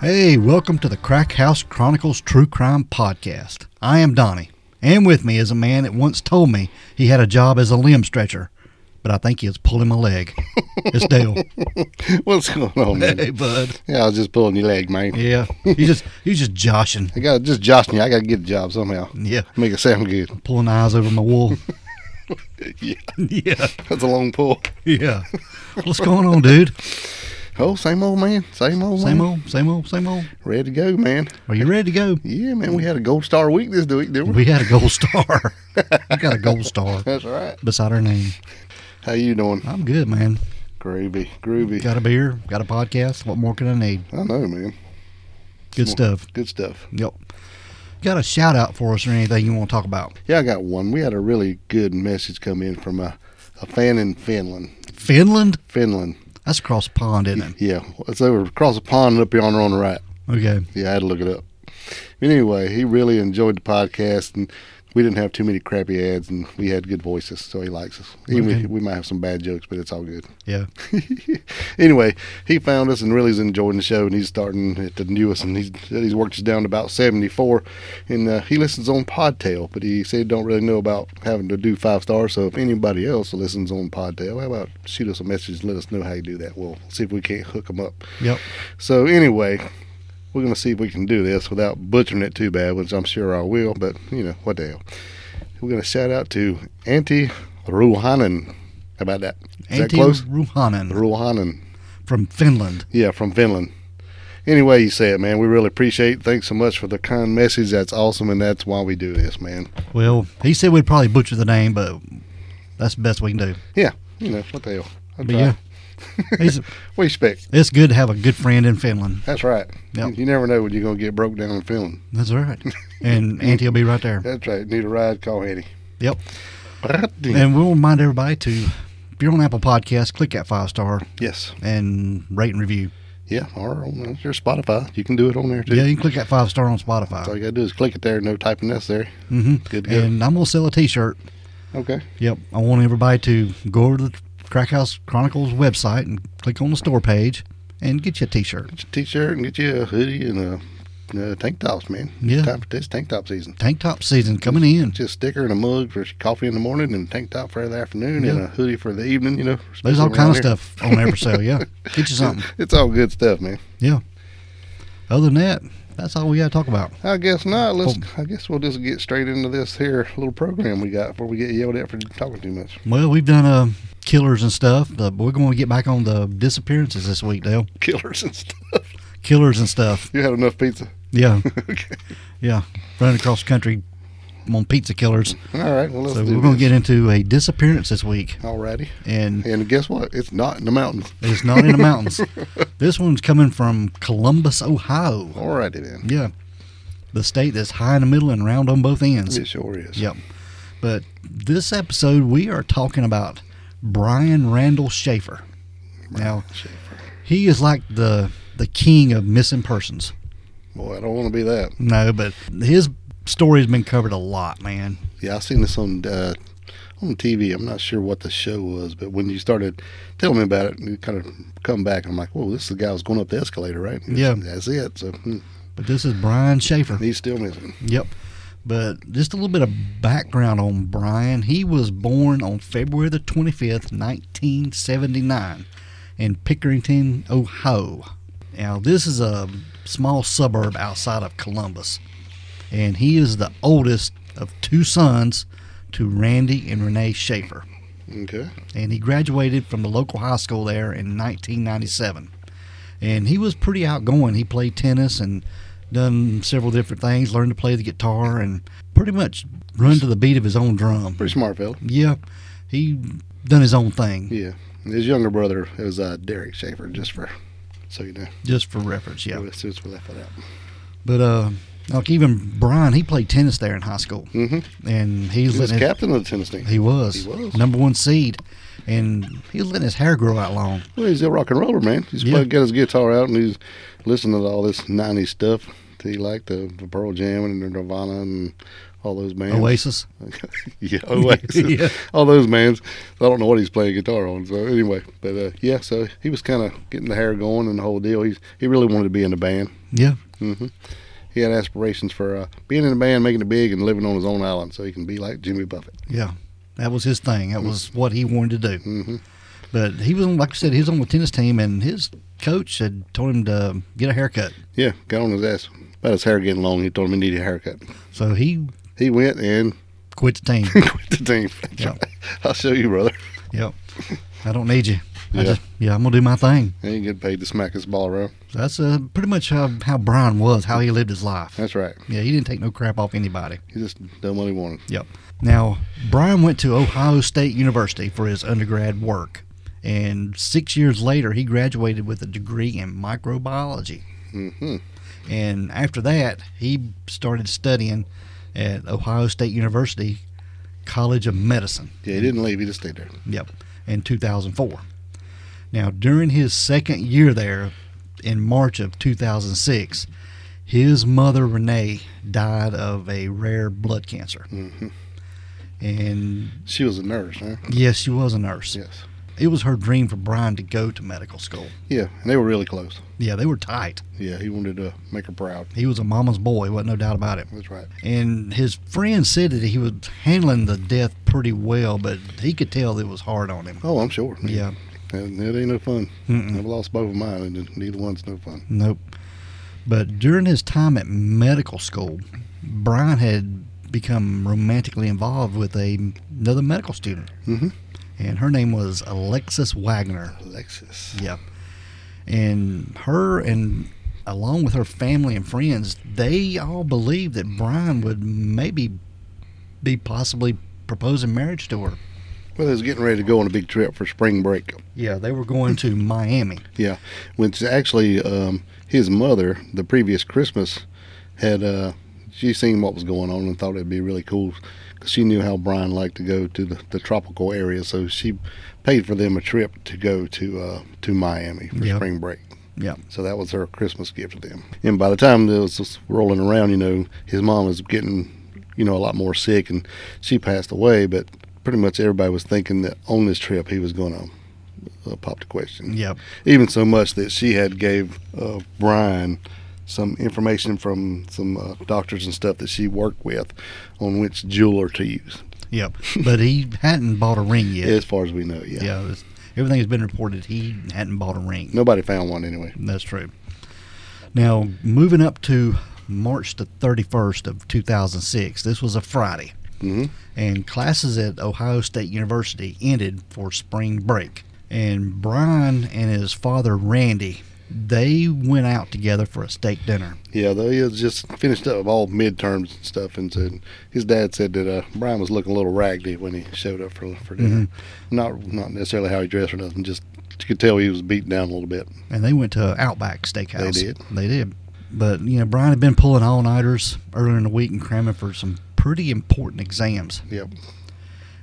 Hey, welcome to the Crack House Chronicles True Crime Podcast. I am Donnie, and with me is a man that once told me he had a job as a limb stretcher, but I think he was pulling my leg. It's Dale. What's going on, man? hey, bud. Yeah, I was just pulling your leg, man. Yeah, you just you just joshing. I got just josh me. I got to get the job somehow. Yeah, Make it sound good. pulling eyes over my wool. Yeah, yeah, that's a long pull. yeah. What's going on, dude? Oh, same old man. Same old Same man. old, same old, same old. Ready to go, man. Are you ready to go? Yeah, man. We had a gold star week this week, didn't We we? had a gold star. I got a gold star That's right. beside her name. How you doing? I'm good, man. Groovy, groovy. Got a beer, got a podcast. What more can I need? I know, man. Good stuff. Good stuff. Yep. Got a shout out for us or anything you want to talk about? Yeah, I got one. We had a really good message come in from a, a fan in Finland. Finland? Finland. That's across the pond, isn't it? Yeah, it's over across the pond up yonder on the right. Okay. Yeah, I had to look it up. But anyway, he really enjoyed the podcast, and we didn't have too many crappy ads, and we had good voices, so he likes us. Even Okay. if we might have some bad jokes, but it's all good. Yeah. Anyway, he found us and really is enjoying the show, and he's starting at the newest, and he's said he's worked us down to about seventy four, and uh, he listens on Podtail, but he said he don't really know about having to do five stars. So if anybody else listens on Podtail, how about shoot us a message, and let us know how you do that. We'll see if we can't hook him up. Yep. So anyway, we're gonna see if we can do this without butchering it too bad, which I'm sure I will. But you know what the hell. We're gonna shout out to Auntie Ruhanen. How about that? Is that Antti close? Ruhanen Ruhanen. from Finland. Yeah, from Finland. Anyway, you say it, man. We really appreciate. it. Thanks so much for the kind message. That's awesome, and that's why we do this, man. Well, he said we'd probably butcher the name, but that's the best we can do. Yeah, you know what the hell. I'll But try. yeah. He's, What do you expect? it's good to have a good friend in Finland. That's right. Yep. You, you never know when you're gonna get broke down in Finland. That's all right. And Auntie will be right there. That's right. Need a ride? Call Eddie. Yep. And we'll remind everybody to, if you're on Apple Podcasts, click that five star Yes. and rate and review. Yeah, or on uh, your Spotify. You can do it on there too. Yeah, you can click that five star on All Spotify. you gotta do is click it there. No typing necessary. hmm Good, good. And I'm gonna sell a T-shirt. Okay. Yep, I want everybody to go over to the Crack House Chronicles website and click on the store page and get you a T-shirt. Get your t-shirt and get you a hoodie and a, a tank tops, man. Yeah. Time for this tank top season. Tank top season coming in. Just a sticker and a mug for coffee in the morning and a tank top for the afternoon and Yeah. a hoodie for the evening. You know. There's all especially kind of around stuff on there for sale. Yeah, get you here. something. It's all good stuff, man. Yeah. Other than that, that's all we got to talk about. I guess not. Let's. Boom. I guess we'll just get straight into this here little program we got before we get yelled at for talking too much. Well, we've done uh, killers and stuff, but we're going to get back on the disappearances this week, Dale. Killers and stuff. Killers and stuff. You had enough pizza. Yeah, okay. yeah. Running across the country on pizza killers. All right. Well, let's So do we're going to this. get into a disappearance this week, Alrighty. and And guess what? It's not in the mountains. it's not in the mountains. This one's coming from Columbus, Ohio. Alrighty then. Yeah, the state that's high in the middle and round on both ends. It sure is. Yep. But this episode, we are talking about Brian Randall Schaefer. Now, Schaefer. he is like the the king of missing persons. Boy, I don't want to be that. No, but his story's been covered a lot, man. Yeah, I seen this on uh, on TV. I'm not sure what the show was, but when you started telling me about it, you kind of come back. I'm like, whoa, this is the guy who's going up the escalator, right? Yeah. That's it. So hmm, But this is Brian Schaefer. he's still missing. Yep. But just a little bit of background on Brian. He was born on February the 25th, 1979, in Pickerington, Ohio. Now, this is a small suburb outside of Columbus. And he is the oldest of two sons to Randy and Renee Schaefer. Okay. And he graduated from the local high school there in 1997. And he was pretty outgoing. He played tennis and done several different things, learned to play the guitar, and pretty much run to the beat of his own drum. Pretty smart fella. Yeah, he done his own thing, Yeah. And his younger brother is uh, Derek Schaefer, just for so you know. just for reference. Yeah, Let's just left it out. but uh, like even Brian, he played tennis there in high school, Mm-hmm. and he's He was letting his, captain of the tennis team. he was He was. number one seed, and he was letting his hair grow out long. Well, he's a rock and roller man. He's Yeah. played, got his guitar out and he's listening to all this '90s stuff. He liked the, the Pearl Jam and the Nirvana and all those bands. Oasis. yeah, Oasis. Yeah. All those bands. I don't know what he's playing guitar on. So anyway, but uh, yeah, so he was kind of getting the hair going and the whole deal. He's he really wanted to be in the band. Yeah. hmm He had aspirations for uh, being in a band, making it big, and living on his own island, so he can be like Jimmy Buffett. Yeah. That was his thing. That was what he wanted to do. hmm But he was, on, like I said, he was on the tennis team, and his coach had told him to get a haircut. Yeah, got on his ass. About his hair getting long, he told him he needed a haircut. So he He went and quit the team. quit the team. Yeah. I'll show you, brother. yep. I don't need you. I Yeah. just, yeah, I'm going to do my thing. He ain't get paid to smack his ball around. So that's uh, pretty much how, how Brian was, how he lived his life. That's right. Yeah, he didn't take no crap off anybody. He just done what he wanted. Yep. Now, Brian went to Ohio State University for his undergrad work. And six years later, he graduated with a degree in microbiology. hmm And after that, he started studying at Ohio State University College of Medicine. Yeah, he didn't leave. He just stayed there. Yep, in 2004. Now, during his second year there, in March of 2006, his mother Renee died of a rare blood cancer. hmm And She was a nurse, huh? yes, she was a nurse. Yes. It was her dream for Brian to go to medical school. Yeah, and they were really close. Yeah, they were tight. Yeah, he wanted to make her proud. He was a mama's boy, wasn't no doubt about it. That's right. And his friend said that he was handling the death pretty well, but he could tell it was hard on him. Oh, I'm sure. man. Yeah. And it ain't no fun. Mm-mm. I've lost both of mine, and neither one's no fun. Nope. But during his time at medical school, Brian had become romantically involved with a, another medical student, Mm-hmm. and her name was Alexis Wagner. Alexis. Yep. And her and along with her family and friends, they all believed that Brian would maybe be possibly proposing marriage to her. Well, they was getting ready to go on a big trip for spring break. Yeah, they were going to Miami. Yeah, which actually, um, his mother the previous Christmas had uh, she seen what was going on and thought it'd be really cool because she knew how Brian liked to go to the, the tropical area, so she paid for them a trip to go to uh, to Miami for Yeah. spring break. Yeah. So that was her Christmas gift to them. And by the time it was just rolling around, you know, his mom was getting, you know, a lot more sick and she passed away. But pretty much everybody was thinking that on this trip he was going to uh, pop the question Yep. even so much that she had gave uh, Brian some information from some uh, doctors and stuff that she worked with on which jeweler to use. Yep. But he hadn't bought a ring yet. As far as we know, yeah. Yeah, it's, everything has been reported. He hadn't bought a ring. Nobody found one anyway. That's true. Now, moving up to March the 31st of 2006, this was a Friday, hmm and classes at Ohio State University ended for spring break. And Brian and his father, Randy, they went out together for a steak dinner. Yeah, though he had just finished up all midterms and stuff, and said his dad said that uh, Brian was looking a little raggedy when he showed up for for dinner. Not not necessarily how he dressed or nothing, just you could tell he was beat down a little bit. and they went to Outback Steakhouse. They did. They did. But you know, Brian had been pulling all nighters earlier in the week and cramming for some pretty important exams. Yep.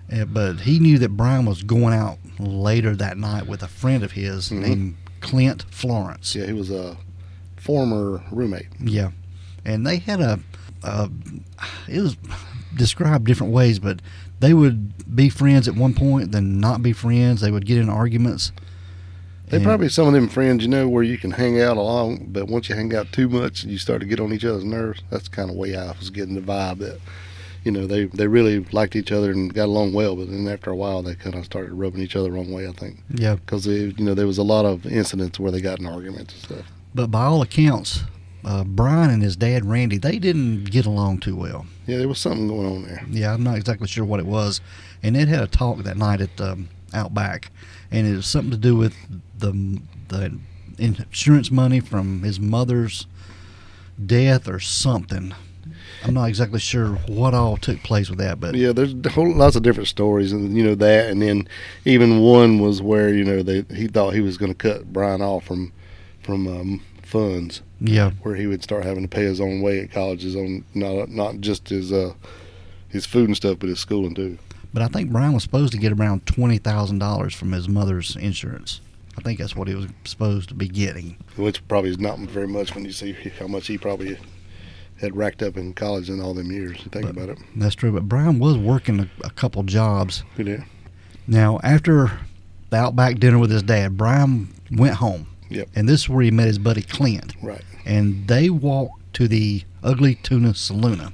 Uh, But he knew that Brian was going out later that night with a friend of his Mhm. named Clint Florence. Yeah, he was a former roommate. Yeah. And they had a, a it was described different ways, but they would be friends at one point, then not be friends. They would get in arguments. They And- probably some of them friends, you know, where you can hang out along, but once you hang out too much, you start to get on each other's nerves. That's the kind of way I was getting the vibe that, you know, they they really liked each other and got along well, but then after a while, they kind of started rubbing each other the wrong way. I think yeah. because you know there was a lot of incidents where they got in arguments and stuff. But by all accounts, uh, Brian and his dad Randy they didn't get along too well. Yeah, there was something going on there. Yeah, I'm not exactly sure what it was, and they had a talk that night at um, Outback, and it was something to do with the the insurance money from his mother's death or something. I'm not exactly sure what all took place with that, but Yeah, there's a whole, lots of different stories, and you know that, and then even one was where you know they he thought he was going to cut Brian off from from um, funds. yeah, where he would start having to pay his own way at college, his own not not just his uh his food and stuff, but his schooling too. but I think Brian was supposed to get around twenty thousand dollars from his mother's insurance. I think that's what he was supposed to be getting. Which probably is not very much when you see how much he probably had racked up in college in all them years. You think about it. That's true. But Brian was working a, a couple jobs. He did. Now, after the Outback dinner with his dad, Brian went home. Yep. And this is where he met his buddy Clint. Right. And they walked to the Ugly Tuna Saluna.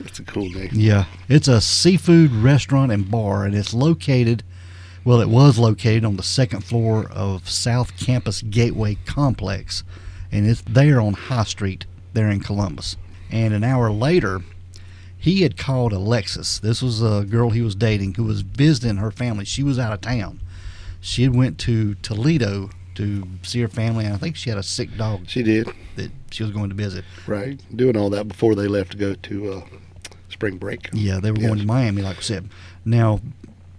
That's a cool name. Yeah. It's a seafood restaurant and bar, and it's located, well, it was located on the second floor of South Campus Gateway Complex, and it's there on High Street, there in Columbus. And an hour later, he had called Alexis. This was a girl he was dating who was visiting her family. She was out of town. She had went to Toledo to see her family, and I think she had a sick dog She did. that she was going to visit. Right. Doing all that before they left to go to uh, spring break. Yeah, they were Yes. going to Miami, like I said. Now,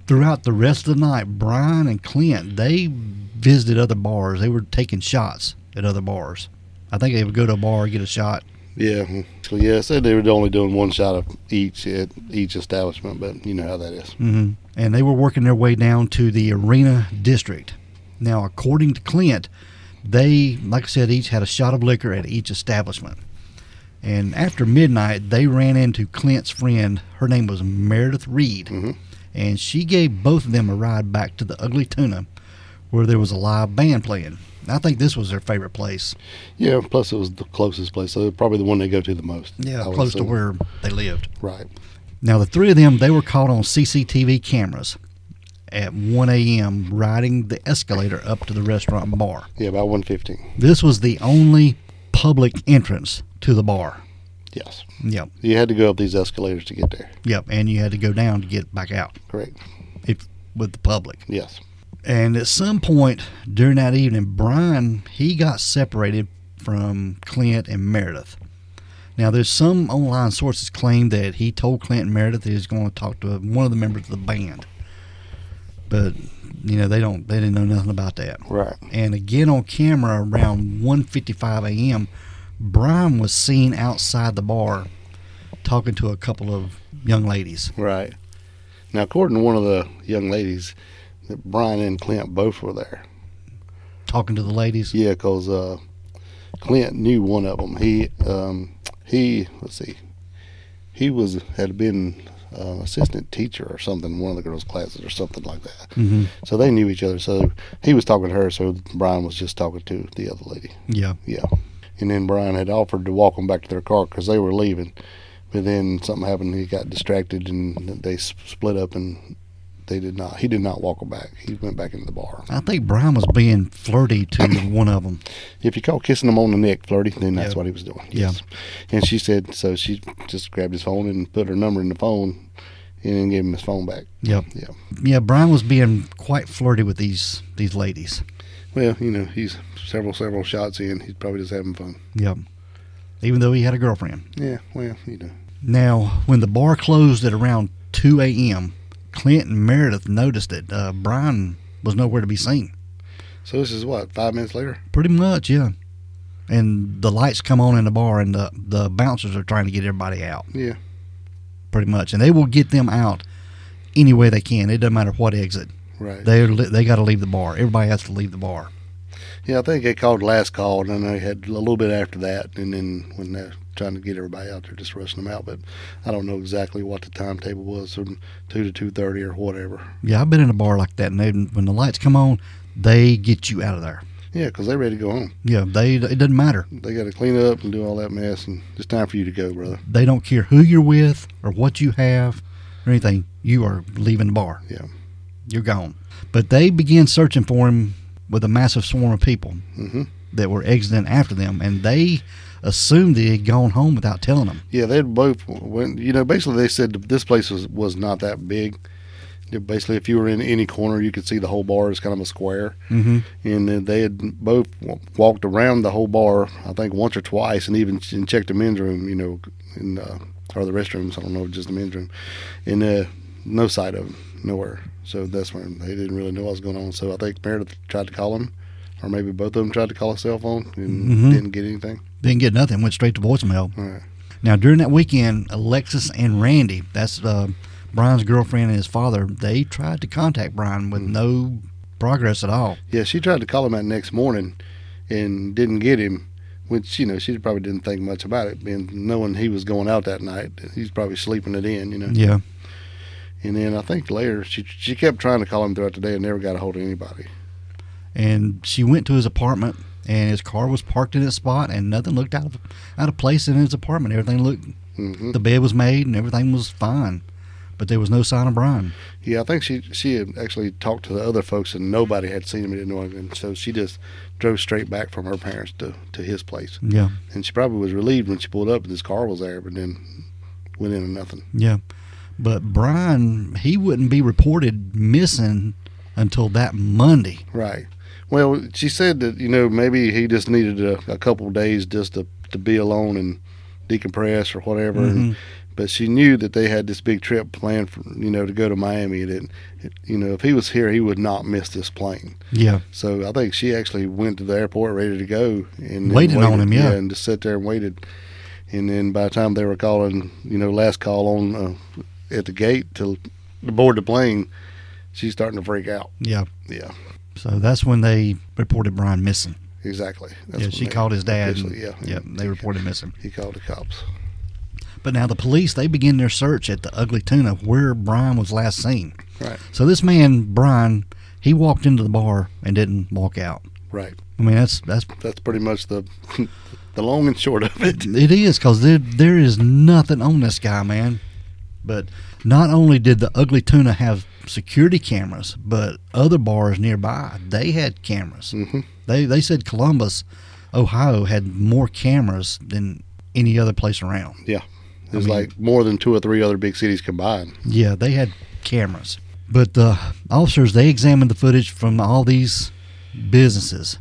throughout the rest of the night, Brian and Clint they visited other bars. They were taking shots at other bars. I think they would go to a bar get a shot. Yeah. So yeah, it said they were only doing one shot of each at each establishment, but you know how that is. hmm And they were working their way down to the arena district. Now, according to Clint, they, like I said, each had a shot of liquor at each establishment. And after midnight, they ran into Clint's friend. Her name was Meredith Reed. Mhm. And she gave both of them a ride back to the Ugly Tuna, where there was a live band playing. I think this was their favorite place. Yeah. Plus, it was the closest place, so probably the one they go to the most. I would close to assume. where they lived. Right. Now, the three of them, they were caught on CCTV cameras at 1 a.m. riding the escalator up to the restaurant bar. Yeah, about one fifteen. This was the only public entrance to the bar. Yes. Yep, You had to go up these escalators to get there. yep. And you had to go down to get back out Correct. if, with the public. Yes. And at some point during that evening, Brian, he got separated from Clint and Meredith. Now, there's some online sources claim that he told Clint and Meredith that he was going to talk to one of the members of the band. But, you know, they don't they didn't know nothing about that. Right. And again on camera around 1:55 a.m., Brian was seen outside the bar talking to a couple of young ladies. Right. Now, according to one of the young ladies, that Brian and Clint both were there. Talking to the ladies. Yeah, because uh, Clint knew one of them. He um, he let's see, he was had been uh, assistant teacher or something in one of the girls' classes or something like that. Mhm. So they knew each other. So he was talking to her. So Brian was just talking to the other lady. Yeah. Yeah. And then Brian had offered to walk them back to their car because they were leaving. But then something happened. He got distracted and they s- split up and they did not. He did not walk them back. He went back into the bar. I think Brian was being flirty to one of them. If you call kissing him on the neck flirty, then that's Yeah. what he was doing. Yeah. And she said, so she just grabbed his phone and put her number in the phone and then gave him his phone back. Yep. Yeah. Yeah, Brian was being quite flirty with these these ladies. Well, you know, he's several, several shots in. He's probably just having fun. Yep. Even though he had a girlfriend. Yeah. Well, you know. Now, when the bar closed at around 2 a.m., Clint and Meredith noticed that uh, Brian was nowhere to be seen. So this is what, five minutes later? Pretty much, yeah. And the lights come on in the bar, and the, the bouncers are trying to get everybody out, Yeah. pretty much. And they will get them out any way they can. It doesn't matter what exit. Right. They they got to leave the bar. Everybody has to leave the bar. Yeah, I think they called last call, and then they had a little bit after that, and then when they're trying to get everybody out, they're just rushing them out. But I don't know exactly what the timetable was from two to two thirty or whatever. Yeah, I've been in a bar like that, and they, when the lights come on, they get you out of there. Yeah, because they're ready to go home. Yeah, they it doesn't matter. They got to clean up and do all that mess, and it's time for you to go, brother. They don't care who you're with or what you have or anything. You are leaving the bar. Yeah. you're gone. But they began searching for him with a massive swarm of people hmm that were exiting after them, and they assumed that he had gone home without telling them. Yeah, they both went. You know, basically they said that this place was was not that big. Yeah, Basically, if you were in any corner, you could see the whole bar is kind of a square. Mm-hmm. and then they had both w- walked around the whole bar, I think once or twice, and even ch- and checked the men's room, you know, in, uh, or the restrooms. I don't know, just the men's room, and uh, no sight of him, nowhere. So that's when they didn't really know what was going on. So I think Meredith tried to call him, or maybe both of them tried to call a cell phone and Mhm. didn't get anything. Didn't get nothing. Went straight to voicemail. All right. Now during that weekend, Alexis and Randy, that's uh, Brian's girlfriend and his father, they tried to contact Brian Hmm. with no progress at all. Yeah, she tried to call him that next morning, and didn't get him. which you know she probably didn't think much about it, being knowing he was going out that night. He's probably sleeping it in, you know. Yeah. And then I think later she she kept trying to call him throughout the day and never got a hold of anybody. And she went to his apartment, and his car was parked in its spot, and nothing looked out of out of place in his apartment. Everything looked. hmm The bed was made, and everything was fine, but there was no sign of Brian. Yeah, I think she she had actually talked to the other folks and nobody had seen him. Didn't know him, and so she just drove straight back from her parents to to his place. Yeah. And she probably was relieved when she pulled up and his car was there, but then went into nothing. Yeah. But Brian, he wouldn't be reported missing until that Monday. Right. Well, she said that you know maybe he just needed a, a couple of days just to to be alone and decompress or whatever. And, Mhm. but she knew that they had this big trip planned for you know to go to Miami. That you know if he was here, he would not miss this plane. Yeah. So I think she actually went to the airport ready to go and then Waited on him, yeah. and just sat there and waited. And then by the time they were calling, you know, last call on uh, at the gate to to board the plane, she's starting to freak out. Yeah. Yeah, So that's when they reported Brian missing. exactly. yeah, what she they- called his dad. and- officially, yeah, yeah, they reported missing. He called the cops. But now the police they begin their search at the Ugly Tuna where Brian was last seen. Right. So this man Brian, he walked into the bar and didn't walk out. Right. I mean that's that's That's pretty much the the long and short of it. it is because there there is nothing on this guy, man. But not only did the Ugly Tuna have security cameras, but other bars nearby they had cameras. hmm They they said Columbus, Ohio had more cameras than any other place around. It was mean- like more than two or three other big cities combined. Yeah, they had cameras. But the officers they examined the footage from all these businesses,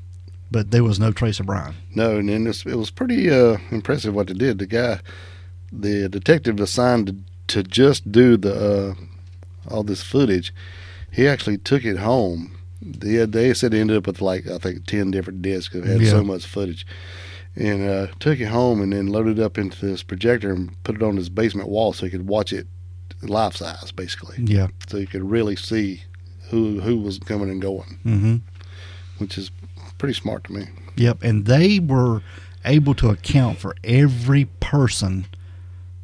but there was no trace of Brian. No, and then it was, it was pretty uh, impressive what they did. The guy, the detective assigned to, to just do the uh, all this footage, he actually took it home. They, they said they ended up with like I think ten different discs that had Yeah. so much footage, and uh, took it home and then loaded it up into this projector and put it on his basement wall so he could watch it life size basically, Yeah. so he could really see who who was coming and going, Mm-hmm. which is pretty smart to me. Yep. And they were able to account for every person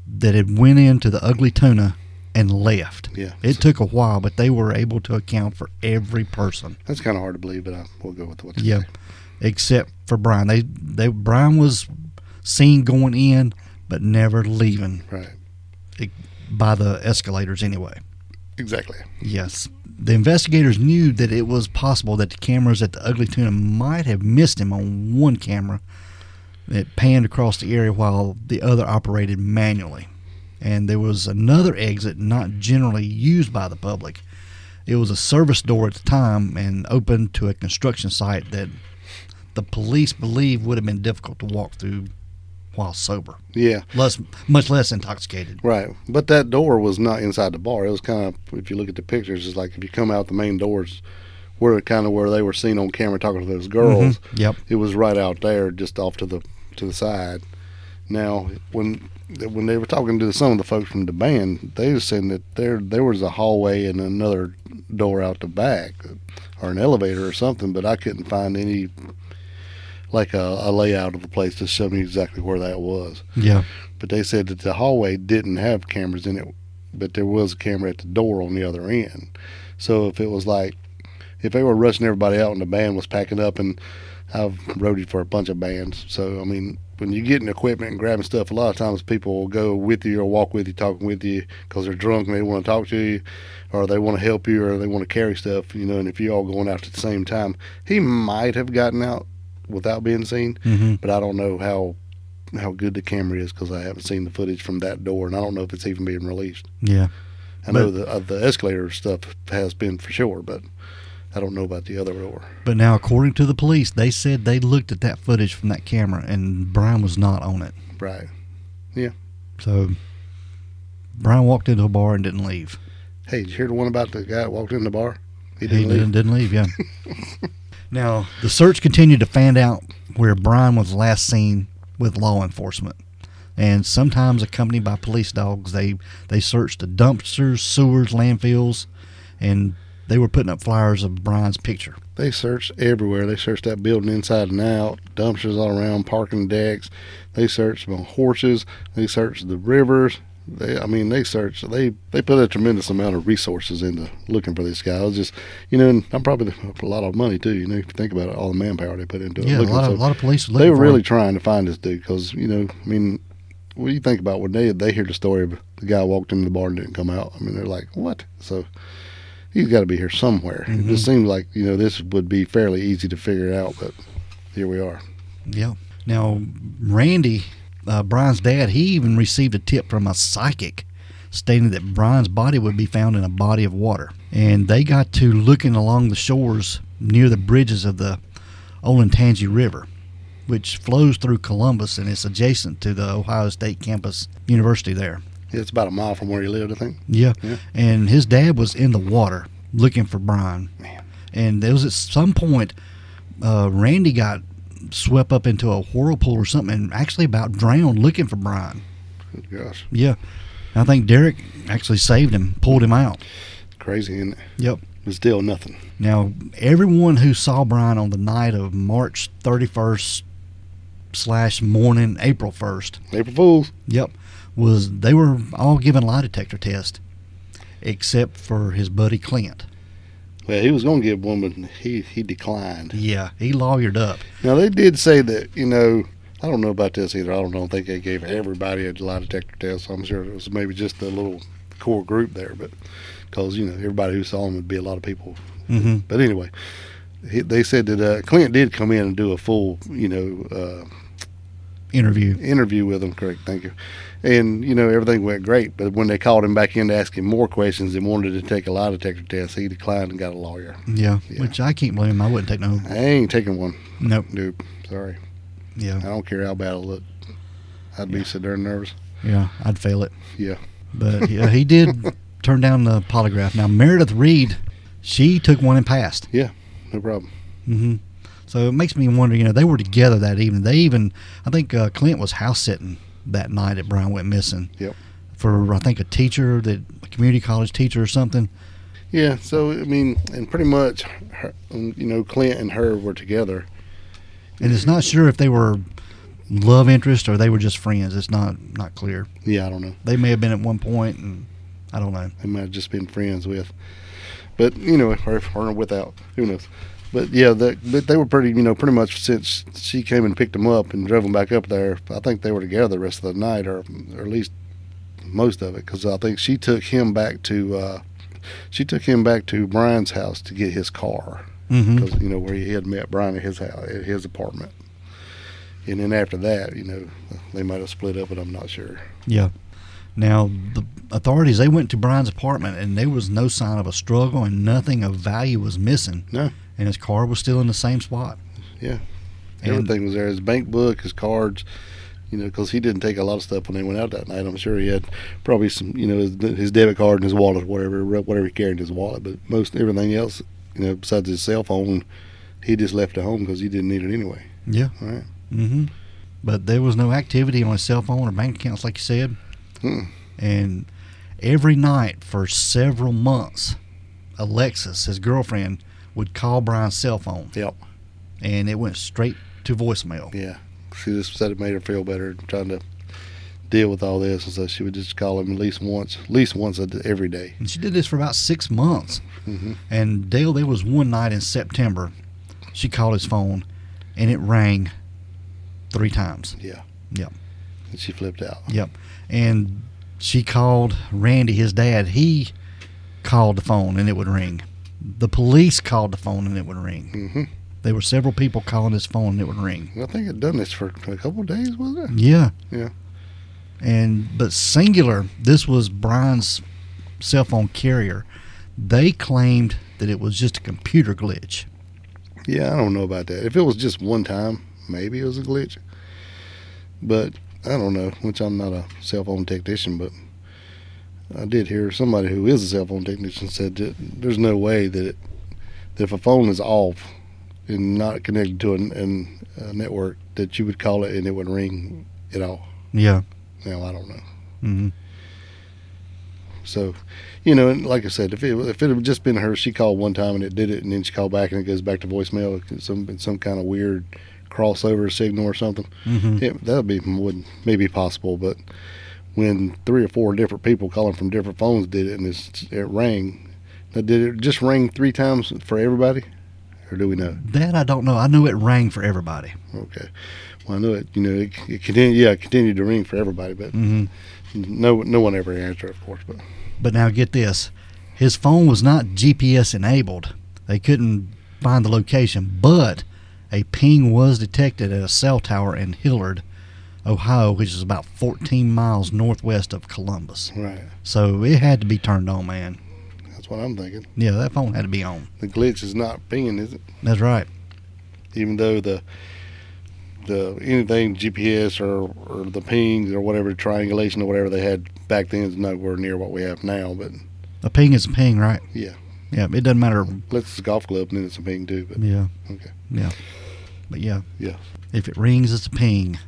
that had went into the Ugly Tuna and left. Yeah, It took a while, but they were able to account for every person. that's kind of hard to believe, but I, we'll go with what. they Yeah, say. except for Brian. They they Brian was seen going in, but never leaving Right. by the escalators anyway. Exactly. Yes, the investigators knew that it was possible that the cameras at the Ugly Tuna might have missed him on one camera that panned across the area while the other operated manually. And there was another exit not generally used by the public. It was a service door at the time and open to a construction site that the police believe would have been difficult to walk through while sober, Yeah. less much less intoxicated. Right. But that door was not inside the bar. It was kind of, if you look at the pictures, it's like if you come out the main doors, where kind of where they were seen on camera talking to those girls, Mhm. Yep. it was right out there, just off to the to the side. Now, when when they were talking to some of the folks from the band, they were saying that there there was a hallway and another door out the back, or an elevator or something. But I couldn't find any like a, a layout of the place to show me exactly where that was Yeah. but they said that the hallway didn't have cameras in it, but there was a camera at the door on the other end. So if it was like, if they were rushing everybody out and the band was packing up, and I've roaded for a bunch of bands, so I mean, when you're getting equipment and grabbing stuff, a lot of times people will go with you or walk with you, talking with you because they're drunk and they want to talk to you, or they want to help you, or they want to carry stuff, you know. And if you're all going out at the same time, he might have gotten out without being seen Mm-hmm. but I don't know how how good the camera is because I haven't seen the footage from that door, and I don't know if it's even being released. Yeah. I know the uh, the escalator stuff has been for sure, but I don't know about the other door. But now, according to the police, they said they looked at that footage from that camera and Brian was not on it. Right? So Brian walked into a bar and didn't leave. Hey, did you hear the one about the guy that walked in the bar? He He didn't leave. didn't, didn't leave, yeah. now, the search continued to find out where Brian was last seen with law enforcement. And sometimes accompanied by police dogs, they, they searched the dumpsters, sewers, landfills, and They were putting up flyers of Brian's picture. They searched everywhere. They searched that building inside and out, dumpsters all around, parking decks. They searched on horses. They searched the rivers. They, I mean, they searched. They they put a tremendous amount of resources into looking for this guy. It was just, you know, and I'm probably a lot of money too. You know, if you think about it, all the manpower they put into it. Yeah, a looking. lot So of a lot of police. Were they were really him. trying to find this dude because you know, I mean, what do you think about when they they hear the story of the guy walked into the bar and didn't come out? I mean, they're like, what? So he's got to be here somewhere. Mm-hmm. It just seems like you know this would be fairly easy to figure out, but here we are. Yeah. Now, Randy, uh, Brian's dad, he even received a tip from a psychic stating that Brian's body would be found in a body of water. And they got to looking along the shores near the bridges of the Olentangy River, which flows through Columbus and is adjacent to the Ohio State Campus University there. It's about a mile from where he lived, I think. Yeah. Yeah. And his dad was in the water looking for Brian. Man. And there was at some point, uh, Randy got swept up into a whirlpool or something and actually about drowned looking for Brian. Good Gosh, Yeah. I think Derek actually saved him, pulled him out. crazy, and Yep. but still nothing. Now, everyone who saw Brian on the night of March 31st slash morning, April 1st, April Fools. Yep. Was they were all given lie detector test, except for his buddy Clint. Well, he was going to give one, but he he declined. Yeah, he lawyered up. Now they did say that you know I don't know about this either. I don't, don't think they gave everybody a lie detector test. I'm sure it was maybe just a little core group there, but because you know everybody who saw him would be a lot of people. Mm-hmm. But anyway, he, they said that uh, Clint did come in and do a full you know uh, Interview. interview with him. Correct, thank you. And you know everything went great, but when they called him back in to ask him more questions and wanted to take a lie detector test, he declined and got a lawyer. Yeah, Yeah. Which I can't blame him. I wouldn't take no. I ain't taking one, Nope. dude. Sorry, I Yeah. don't care how bad it looked. I'd be so darn nervous. Yeah. I'd fail it. Yeah. But yeah, he did turn down the polygraph. Now Meredith Reed, she took one and passed. No problem. Mm-hmm. hmm So it makes me wonder. You know, they were together that evening. They even, I think, uh, Clint was house sitting that night that Brian went missing. Yep. For I think a teacher, that a community college teacher or something. Yeah. So I mean, and pretty much, her, um, you know, Clint and her were together. and it's not sure if they were love interest or they were just friends. It's not not clear. Yeah, I don't know. They may have been at one point, and I don't know. They might have just been friends with, but you know, or, or without, who knows? But yeah, the, but they were pretty, you know, pretty much since she came and picked them up and drove them back up there. I think they were together the rest of the night, or or at least most of it, because I think she took him back to. Uh, she took him back to Brian's house to get his car. Mm-hmm. because you know where he had met Brian at his house, at his apartment. And then after that, you know, they might have split up, but I'm not sure. Yeah. Now the authorities they went to Brian's apartment, and there was no sign of a struggle, and nothing of value was missing. No. And his car was still in the same spot. Yeah. And- Everything was there: his bank book, his cards. You know, because he didn't take a lot of stuff when they went out that night. I'm sure he had probably some, you know, his, his debit card and his wallet, whatever, whatever he carried in his wallet. But most everything else, you know, besides his cell phone, he just left at home because he didn't need it anyway. Yeah. Right. Mm-hmm. But there was no activity on his cell phone or bank accounts, like you said. Mm. And every night for several months, Alexis, his girlfriend, would call Brian's cell phone. Yep. And it went straight to voicemail. Yeah. She just said it made her feel better trying to deal with all this. And so she would just call him at least once, at least once a d- every day. And she did this for about six months. Mhm. And Dale, there was one night in September, she called his phone and it rang three times. Yeah. Yep. And she flipped out. Yep. And she called Randy, his dad. He called the phone and it would ring. The police called the phone and it would ring. hmm There were several people calling his phone and it would ring. I think it done this for a couple of days, was it? Yeah. Yeah. And but singular, this was Brian's cell phone carrier. They claimed that it was just a computer glitch. Yeah, I don't know about that. If it was just one time, maybe it was a glitch. But I don't know, which I'm not a cell phone technician, but I did hear somebody who is a cell phone technician said that there's no way that, it, that if a phone is off and not connected to an, an, a network, that you would call it and it would ring at all. Yeah. Mm-hmm. Now, I don't know. Mhm. So, you know, and like I said, if it if it had just been her, she called one time and it did it, and then she called back and it goes back to voicemail. It's Some some kind of weird crossover signal or something. Mm-hmm. It, that would be would maybe possible, but when three or four different people calling from different phones did it and it's, it rang, now did it just ring three times for everybody, or do we know? That I don't know. I know it rang for everybody. Okay, well I know it. You know it, it continued. Yeah, it continued to ring for everybody, but Mm-hmm. no no one ever answered, of course. But But now get this his phone was not GPS enabled. They couldn't find the location, but a ping was detected at a cell tower in Hillard, Ohio, which is about 14 miles northwest of Columbus. right, So it had to be turned on, man. that's what I'm thinking. Yeah, that phone had to be on. The glitch is not pinging, is it? That's right. Even though the the anything GPS or, or the pings or whatever triangulation or whatever they had back then is nowhere near what we have now. But A ping is a ping, right? Yeah. Yeah, it doesn't matter. let's it's a golf club and then it's a ping too. But Yeah. Okay. Yeah. But yeah. Yeah. If it rings, it's a ping,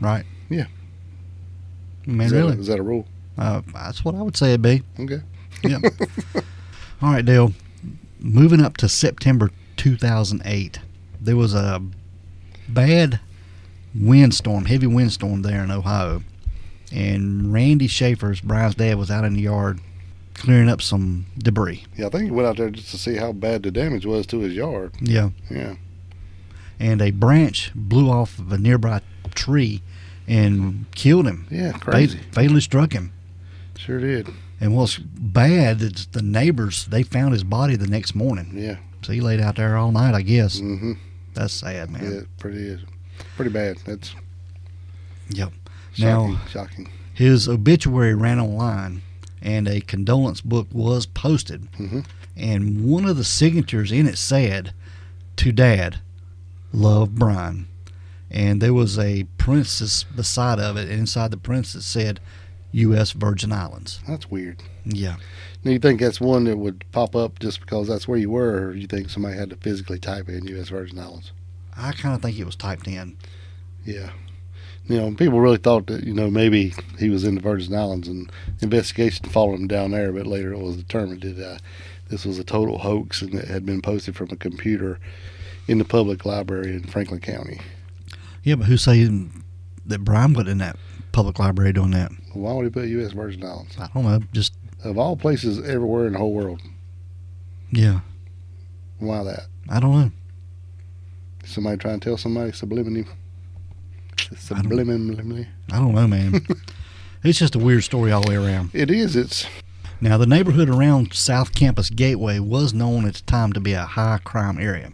right? Yeah. Man, is, really? that, is that a rule? Uh, that's what I would say it'd be. Okay. Yeah. All right, Dale. Moving up to September 2008, there was a bad windstorm, heavy windstorm there in Ohio. And Randy Schaefer's, Brian's dad, was out in the yard clearing up some debris. Yeah, I think he went out there just to see how bad the damage was to his yard. Yeah. Yeah. And a branch blew off of a nearby tree and killed him. Yeah. Fa- Crazy. fatally struck him. Sure did. And what's bad is the neighbors, they found his body the next morning. Yeah. So he laid out there all night, I guess. Mm-hmm. That's sad, man. Yeah. Pretty is. Pretty bad. That's Yep. shocking. Now- shocking. His obituary ran online, and a condolence book was posted. Mhm. And one of the signatures in it said, "To Dad, love Brian." And there was a princess beside of it, and inside the princess said, "U.S. Virgin Islands." That's weird. Yeah, Now you think that's one that would pop up just because that's where you were, or you think somebody had to physically type in U.S. Virgin Islands? I kind of think it was typed in. Yeah. You know, people really thought that you know maybe he was in the Virgin Islands, and investigation followed him down there. But later, it was determined that uh, this was a total hoax, and it had been posted from a computer in the public library in Franklin County. Yeah, but who's saying that Brian was in that public library doing that? Why would he put U.S. Virgin Islands? I don't know. Just Of all places, everywhere in the whole world, yeah, why that? I don't know. Somebody trying to tell somebody subliminally, subliminally. I don't know, man. it's just a weird story all the way around. It is. It's Now, the neighborhood around South Campus Gateway was known at the time to be a high crime area,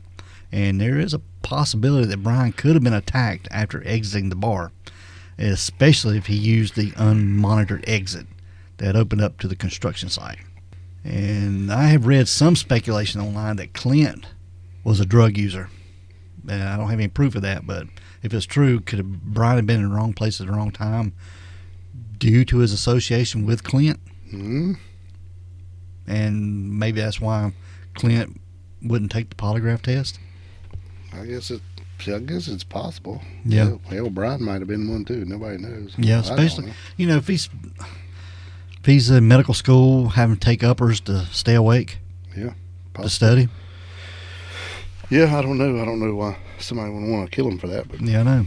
and there is a possibility that Brian could have been attacked after exiting the bar, especially if he used the unmonitored exit that opened up to the construction site. And I have read some speculation online that Clint was a drug user. And I don't have any proof of that, but if it's true, could have Brian have been in the wrong place at the wrong time due to his association with Clint? mm, and maybe that's why Clint wouldn't take the polygraph test. I guess it. I guess it's possible. Yeah. Hell, hell, Brian might have been one too. Nobody knows. Yeah, I don't especially know. you know if he's if he's in medical school having to take uppers to stay awake to Possible. study. Yeah, I don't know. I don't know why somebody would want to kill him for that. But Yeah, I know.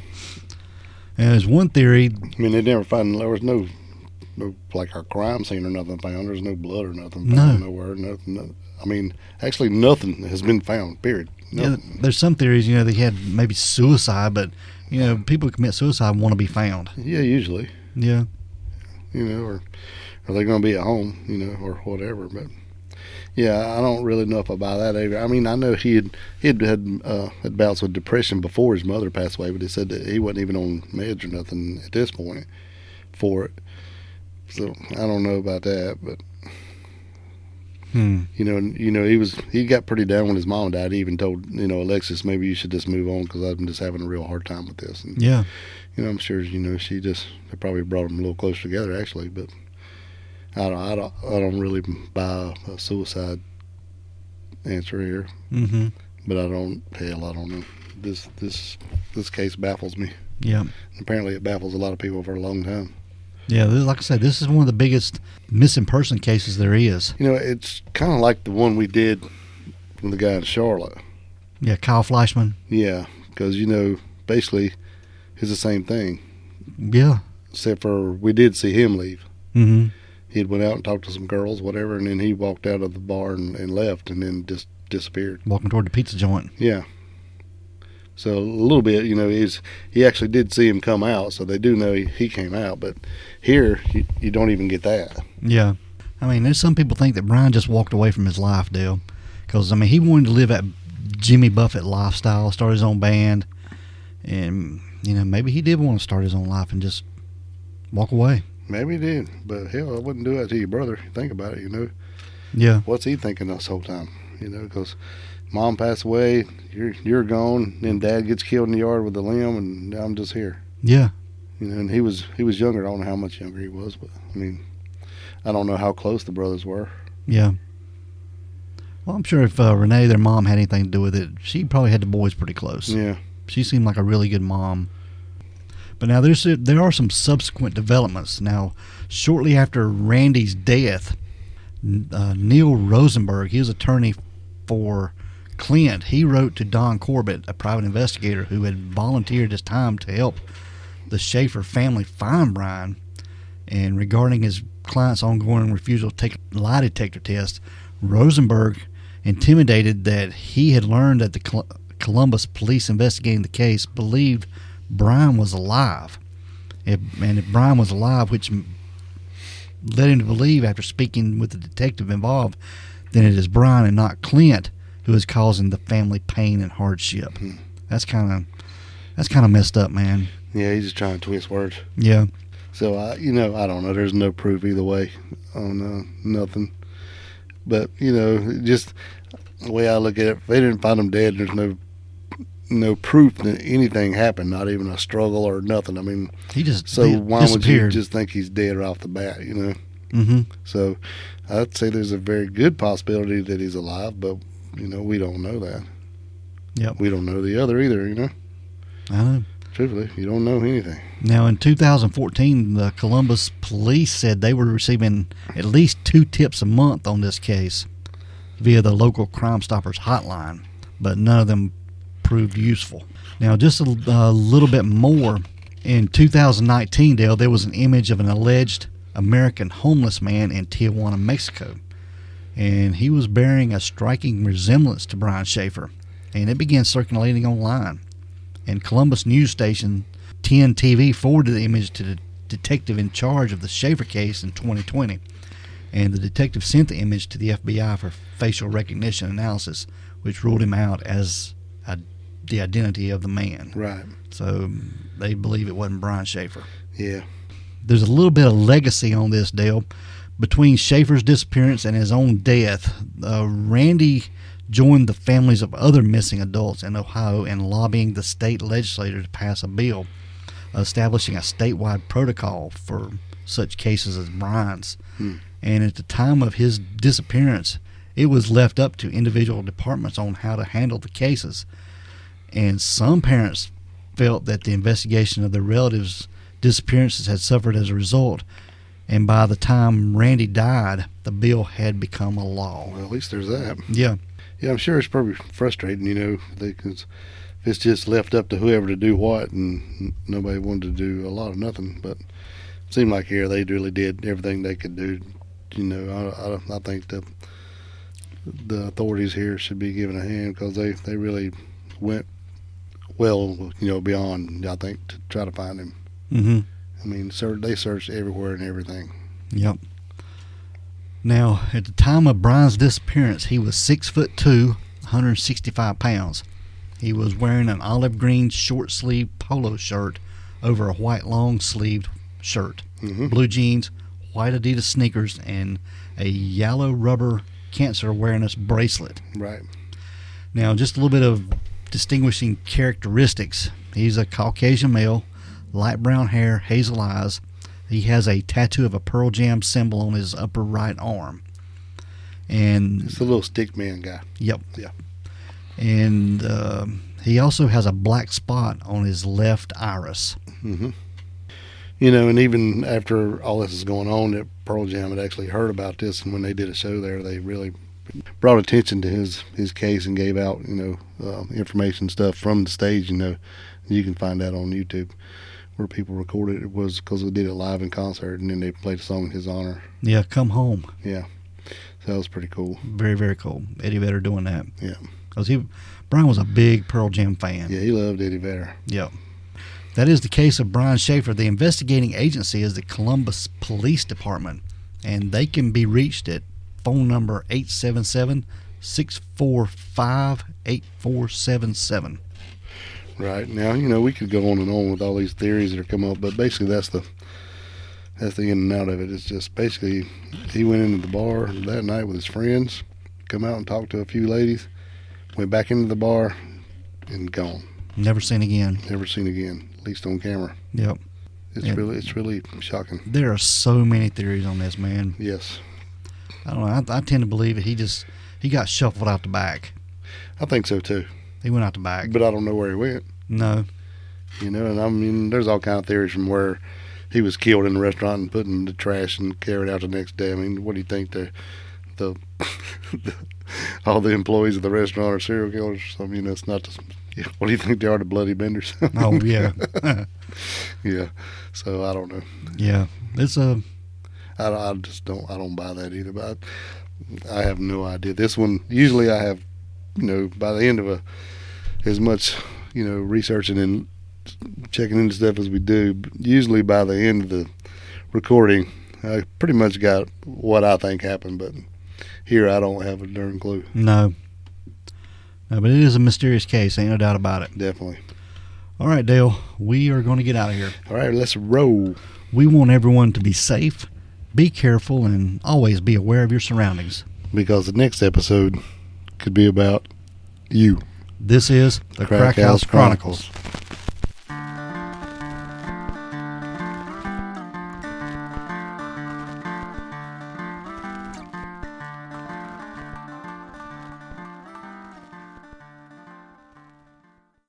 And there's one theory. I mean, they never find there was no, no like a crime scene or nothing found. There's no blood or nothing No. found nowhere. Nothing, nothing. I mean, actually, nothing has been found. Period. yeah, Nothing. there's some theories. You know, they had maybe suicide, but you know, people who commit suicide want to be found. Yeah, usually, Yeah, you know, or are they going to be at home, you know, or whatever? But yeah, I don't really know if I buy that either. I mean, I know he had he had had, uh, had bouts with depression before his mother passed away, but he said that he wasn't even on meds or nothing at this point for it. So I don't know about that, but. hmm. you know, and, you know, he was he got pretty down when his mom died. He even told you know Alexis, maybe you should just move on because I'm just having a real hard time with this. And yeah, you know, I'm sure you know she just they probably brought them a little closer together actually. But I don't, I don't, I don't really buy a suicide answer here. mm-hmm. But I don't hell, I don't know. This this this case baffles me. yeah. Apparently, it baffles a lot of people for a long time. Yeah, this, like I said, this is one of the biggest missing person cases there is. You know, it's kind of like the one we did from the guy in Charlotte. Yeah, Kyle Fleischman. Yeah, because you know, basically, it's the same thing. Yeah. Except for we did see him leave. Mm-hmm. He had went out and talked to some girls, whatever, and then he walked out of the bar and, and left, and then just disappeared. Walking toward the pizza joint. Yeah. So a little bit, you know, he's he actually did see him come out, so they do know he, he came out. But here, you, you don't even get that. Yeah. I mean, there's some people think that Brian just walked away from his life, Dale, because I mean he wanted to live that Jimmy Buffett lifestyle, start his own band, and you know maybe he did want to start his own life and just walk away. Maybe he did, but hell, I wouldn't do that to your brother. Think about it, you know. Yeah. What's he thinking this whole time? You know, because mom passed away, you're you're gone, then dad gets killed in the yard with a limb, and now I'm just here. Yeah. You know, and he was he was younger. I don't know how much younger he was, but I mean, I don't know how close the brothers were. Yeah. Well, I'm sure if uh, Renee, their mom, had anything to do with it, she probably had the boys pretty close. Yeah, She seemed like a really good mom. But now there's there are some subsequent developments. Now, shortly after Randy's death, N- uh, Neil Rosenberg, his attorney for Clint, he wrote to Don Corbett, a private investigator who had volunteered his time to help the Schaefer family find Brian. And regarding his client's ongoing refusal to take a lie detector test, Rosenberg intimidated that he had learned that the Col- Columbus police investigating the case believed Brian was alive. If, and if Brian was alive, which m- led him to believe after speaking with the detective involved, then it is Brian and not Clint who is causing the family pain and hardship. Hmm. That's kind of that's kind of messed up, man. yeah, he's just trying to twist words. Yeah, So I, you know, I don't know. There's no proof either way on uh, nothing. But you know, it just the way I look at it, if they didn't find him dead, there's no no proof that anything happened. Not even a struggle or nothing. I mean, he just so di- why would you disappeared. just think he's dead right off the bat? You know. hmm So I'd say there's a very good possibility that he's alive, but you know, we don't know that. Yep. We don't know the other either. You know, I know. truthfully, you don't know anything. Now, in 2014, the Columbus police said they were receiving at least two tips a month on this case via the local Crime Stoppers hotline, but none of them proved useful. Now, just a, a little bit more, in 2019, Dale, there was an image of an alleged American homeless man in Tijuana, Mexico, and he was bearing a striking resemblance to Brian Schaefer, and it began circulating online. And Columbus news station 10 TV forwarded the image to the detective in charge of the Schaefer case in 2020. And the detective sent the image to the FBI for facial recognition analysis, which ruled him out as a, the identity of the man. Right. So they believe it wasn't Brian Schaefer. Yeah. There's a little bit of legacy on this, Dale. Between Schaefer's disappearance and his own death, uh, Randy joined the families of other missing adults in Ohio in lobbying the state legislature to pass a bill establishing a statewide protocol for such cases as Brian's. And at the time of his disappearance, it was left up to individual departments on how to handle the cases. And some parents felt that the investigation of their relatives' disappearances had suffered as a result. And by the time Randy died, the bill had become a law. Well, at least there's that. Yeah, Yeah, I'm sure it's probably frustrating, you know, because it's just left up to whoever to do what, and n- nobody wanted to do a lot of nothing. But it seemed like here they really did everything they could do. You know, I, I, I think the the authorities here should be given a hand because they they really went well, you know, beyond I think to try to find him. mm-hmm. I mean, ser- they searched everywhere and everything. Yep. Now, at the time of Brian's disappearance, he was six foot two, 165 pounds. He was wearing an olive green short sleeve polo shirt over a white long sleeved shirt, hmm blue jeans, white Adidas sneakers, and a yellow rubber cancer awareness bracelet. Right. Now, just a little bit of distinguishing characteristics. He's a Caucasian male, light brown hair, hazel eyes. He has a tattoo of a Pearl Jam symbol on his upper right arm. And It's the little stick man guy. yep. Yeah. And uh, um he also has a black spot on his left iris. hmm Mm-hmm. you know, and even after all this is going on, that Pearl Jam had actually heard about this, and when they did a show there, they really brought attention to his his case and gave out you know uh, information stuff from the stage. You know, you can find that on YouTube where people recorded it was because they did it live in concert, and then they played a song in his honor. Yeah, come home. Yeah, so that was pretty cool. Very, very cool. Eddie Vedder doing that. Yeah. Because he, Brian was a big Pearl Jam fan. Yeah, he loved Eddie Vedder. Yep. That is the case of Brian Schaefer. The investigating agency is the Columbus Police Department, and they can be reached at phone number 877 645 8477. Right now, you know, we could go on and on with all these theories that are coming up, but basically, that's the that's the in and out of it. It's just basically he went into the bar that night with his friends, come out and talked to a few ladies, went back into the bar, and gone. Never seen again. Never seen again, at least on camera. Yep. It's Yeah. really it's really shocking. There are so many theories on this, man. Yes, I don't know. I, I tend to believe that he just he got shuffled out the back. I think so too, He went out the back. but I don't know where he went. No. You know, and I mean, there's all kind of theories from where he was killed in the restaurant and put in the trash and carried out the next day. I mean, what do you think the the, the all the employees of the restaurant are serial killers or something? You know, it's not just. Yeah, what do you think they are, the bloody benders? Oh yeah. yeah. So I don't know. yeah. It's a I, I just don't. I don't buy that either. But I, I have no idea. This one usually I have, you know, by the end of a as much, you know, researching and checking into stuff as we do. but Usually by the end of the recording, I pretty much got what I think happened. But here I don't have a darn clue. no. No, but it is a mysterious case, ain't no doubt about it. Definitely. All right, Dale, we are going to get out of here. All right, let's roll. We want everyone to be safe, be careful, and always be aware of your surroundings. because the next episode could be about you. This is the Crack, House Chronicles.